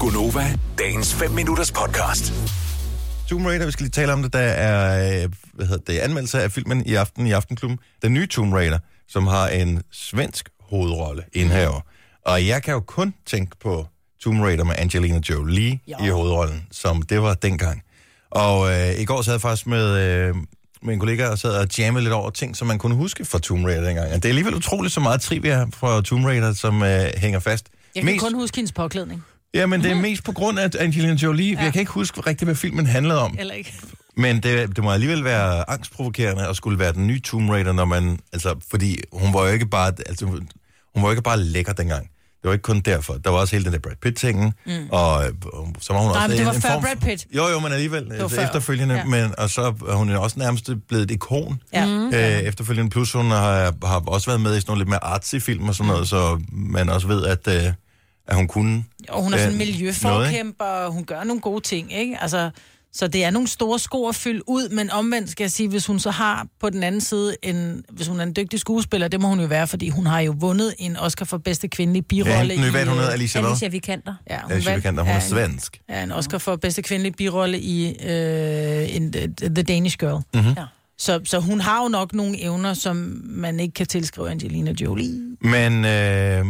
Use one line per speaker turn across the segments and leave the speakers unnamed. Gunova, dagens 5 minutters podcast.
Tomb Raider, vi skal lige tale om det, der er øh, hvad hedder det, anmeldelse af filmen i aften i Aftenklubben. Den nye Tomb Raider, som har en svensk hovedrolle indhaver. Og jeg kan jo kun tænke på Tomb Raider med Angelina Jolie jo. i hovedrollen, som det var dengang. Og øh, i går sad jeg faktisk med, øh, med en kollega og sad og jammede lidt over ting, som man kunne huske fra Tomb Raider dengang. Og det er alligevel utroligt så meget trivia fra Tomb Raider, som øh, hænger fast.
Jeg kan Mest... kun huske hendes påklædning.
Ja, men det er mest på grund af Angelina Jolie. Ja. Jeg kan ikke huske rigtigt, hvad filmen handlede om.
Eller ikke.
Men det, det må alligevel være angstprovokerende at skulle være den nye Tomb Raider, når man... Altså, fordi hun var jo ikke bare... Altså, hun var jo ikke bare lækker dengang. Det var ikke kun derfor. Der var også hele den der Brad Pitt-tingen, mm. og øh, så var hun
Nej,
også...
men det
en-
var
en
før
form for-
Brad Pitt.
Jo, jo, men alligevel
var
det
før.
efterfølgende. Ja.
Ja.
Men, og så er hun jo også nærmest blevet et ikon
Ja. Mm-hmm.
mm. øh, efterfølgende. Plus hun har, har også været med i sådan nogle lidt mere artsy film og sådan
Mm.
noget, så man også ved, at, øh, at hun kunne...
Og hun er
øh,
sådan en
noget, ikke?
miljøforkæmper, og hun gør nogle gode ting, ikke? Altså, så det er nogle store sko at fylde ud, men omvendt skal jeg sige, hvis hun så har på den anden side, en, hvis hun er en dygtig skuespiller, det må hun jo være, fordi hun har jo vundet en Oscar for bedste kvindelige
Ja,
birolle.
hende, nu
i,
hvad hun
øh,
hedder, Alicia, hvad?
Alicia Vikander.
Ja, hun,
Alicia
vandt-
Vikander, hun er
ja, en-
svensk.
Ja, en Oscar for bedste kvindelige birolle i øh, in the, the Danish Girl.
Mhm.
Ja. Så, så hun har jo nok nogle evner, som man ikke kan tilskrive Angelina Jolie.
Men... Øh,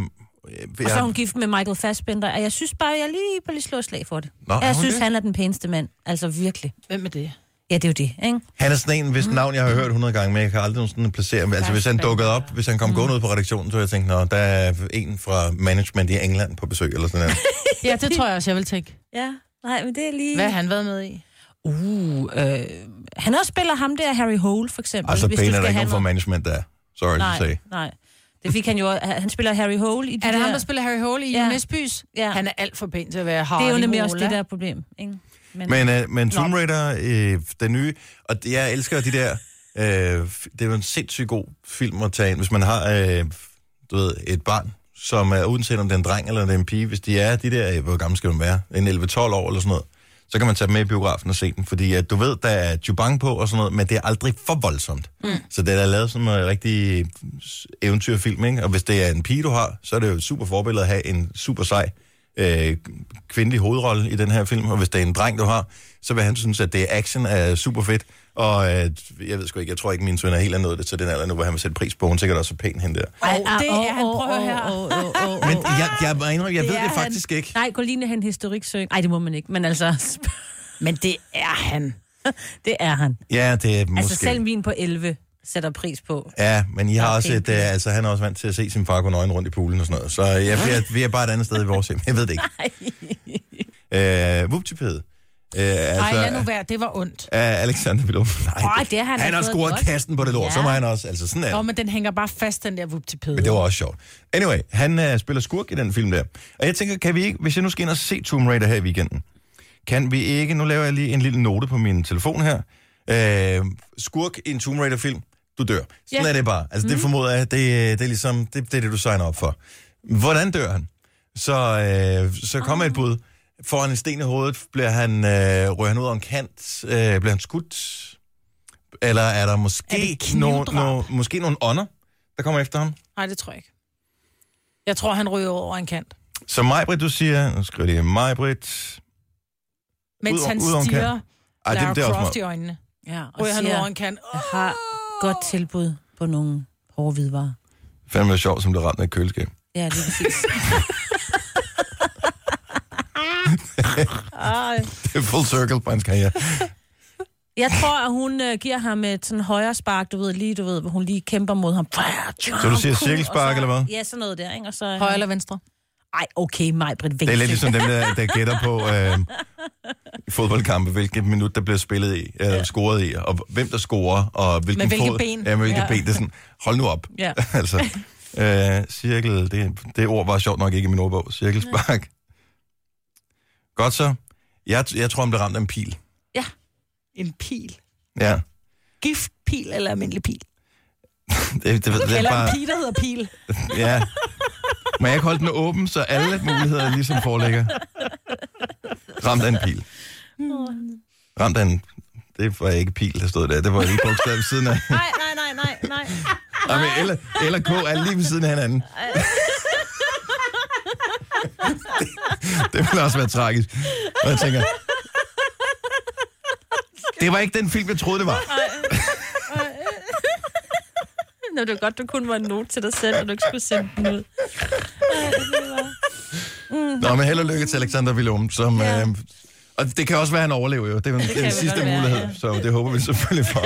Og så er hun gift med Michael Fassbender, og jeg synes bare, jeg lige på lige slå et slag for det.
Nå, er
jeg
hun
synes,
det?
han er den pæneste mand. Altså virkelig.
Hvem er det?
Ja, det er jo det, ikke?
Han er sådan en,
Mhm.
hvis navn jeg har hørt 100 gange, men jeg kan aldrig nogensinde placere ham. Altså, hvis han dukkede op, hvis
Mhm.
han kom gående ud på redaktionen, så ville jeg tænkte, nå, der er en fra management i England på besøg, eller sådan noget.
Ja, det tror jeg også, jeg vil tænke.
Ja, nej, men det er lige...
Hvad har han været med i?
Uh, øh, han også spiller ham der, Harry Hole, for eksempel.
Altså,
du
pæn er der
skal
ikke
have
nogen fra management, der er. Sorry to say.
noget- Nej, nej. Det fik han jo... Han spiller Harry Hole i de
Er det
der...
ham, der spiller Harry Hole i
Ja.
ja. Nesbys?
Ja.
Han er alt for pæn til at være Harry
Det er jo nemlig
Hole,
også det
ikke?
der problem, ikke?
Men, øh, men Tomb Raider, øh, den nye, og det, jeg elsker de der, øh, f- det er jo en sindssygt god film at tage ind, hvis man har øh, du ved, et barn, som er uanset om det er en dreng eller det er en pige, hvis de er de der, øh, hvor gammel skal man være, en 11-12 år eller sådan noget, så kan man tage dem med i biografen og se den, fordi at du ved, der er jubang på og sådan noget, men det er aldrig for voldsomt. Mm. Så det er lavet sådan en rigtig eventyrfilm, ikke? og hvis det er en pige, du har, så er det jo et super forbillede at have en super sej øh, kvindelig hovedrolle i den her film, og hvis det er en dreng, du har, så vil han synes, at det er action er super fedt, og øh, jeg ved sgu ikke, jeg tror ikke, min søn er helt er nået det til den alder nu, hvor han vil sætte pris på, hun sikkert også er pæn hende der.
Åh, det er han. Prøv at høre her.
her.
Men jeg, jeg, må indrømme, jeg ved
er
det
han.
faktisk ikke.
Nej, gå lige ned han historik søg. Nej, det må man ikke, men altså,
Men det er han.
det er han.
Ja, det er måske.
Altså selv min på 11 sætter pris på.
Ja, men I har
er
også
pæn
et,
pige.
øh, altså, han er også vant til at se sin far gå nøgen rundt i poolen og sådan noget. Så jeg, vi, er, vi er bare et andet sted i vores hjem. Jeg ved det ikke. Øh, Vuptipede. Øh,
Nej,
altså,
lad nu være, det var ondt.
er Alexander Villum. Nej,
Åh, det er
han
han da
har
fået
scoret
godt.
kasten på det lort. Ja. Så
Ja.
var han også, altså sådan er
Nå,
det.
men den hænger bare fast, den der vup til pæde.
Men det var også sjovt. Anyway, han øh, spiller skurk i den film der. Og jeg tænker, kan vi ikke, hvis jeg nu skal ind og se Tomb Raider her i weekenden, kan vi ikke, nu laver jeg lige en lille note på min telefon her, øh, skurk i en Tomb Raider-film, du dør. Sådan
Ja. Mhm.
er det bare. Altså det formoder jeg, det, øh, det er ligesom, det, det er det, du signer op for. Hvordan dør han? Så, øh, så kommer
Ah.
et bud. Får han en sten i hovedet? Bliver han, øh, rører han ud over en kant? Øh, bliver han skudt? Eller er der
Er
måske,
det
nogle,
knivdrab?
nogle, måske nogle ånder, der kommer efter ham?
Nej, det tror jeg ikke. Jeg tror, han ryger over en kant.
Så Majbrit, du siger... Nu skriver jeg lige Majbrit...
Mens
Ud-
han
ud over en
stiger
Ej,
Lara
det, det er også
Croft i
meget.
øjnene.
Ja, og
Ryger han
siger,
over en kant.
jeg har godt tilbud på nogle hårde hvidvarer.
Fandme er sjovt, som blev ramt af et køleskab.
Ja, det er præcis.
Ej.
Det er full circle på hans karriere.
Jeg tror, at hun øh, giver ham et sådan højre spark, du ved, lige, du ved, hvor hun lige kæmper mod ham. Så
du siger cirkelspark, eller hvad?
Ja, sådan noget der, ikke? Og så,
Højre eller venstre?
Ej, okay, mig, Britt
Det er lidt ligesom dem, der, der gætter på øh, fodboldkampe, hvilket minut, der bliver spillet i, eller scoret i, og hvem der scorer, og hvilken
hvilke
fod.
ben.
Ja, med hvilke
Ja.
ben. Det er sådan, hold nu op.
Ja.
altså, øh, cirkel, det, det ord var sjovt nok ikke i min ordbog. Cirkelspark. Godt så. Jeg, jeg tror, han blev ramt af en pil.
En pil.
Ja.
Giftpil eller almindelig pil?
Det, det, det, det,
Eller
er bare,
en pil, der hedder pil.
Ja. Men jeg holdt den åben, så alle muligheder ligesom foreligger. Ramt af en pil. Ramt af en... Det var ikke pil, der stod der. Det var lige bogstav ved siden af.
Nej, nej, nej, nej, nej.
Og med L, L og K er lige ved siden af hinanden. det ville også være tragisk. Og jeg tænker... Det var ikke den film, jeg troede, det var.
Nå, det var godt, du kun var en note til dig selv, og du ikke skulle sende den ud.
Nå, men held og lykke til Alexander Willum, som...
Ja.
Ja. Øh, og det kan også være, at han overlever jo. Det er jo
vel
den sidste
godt være,
mulighed,
ja.
så det håber vi selvfølgelig for.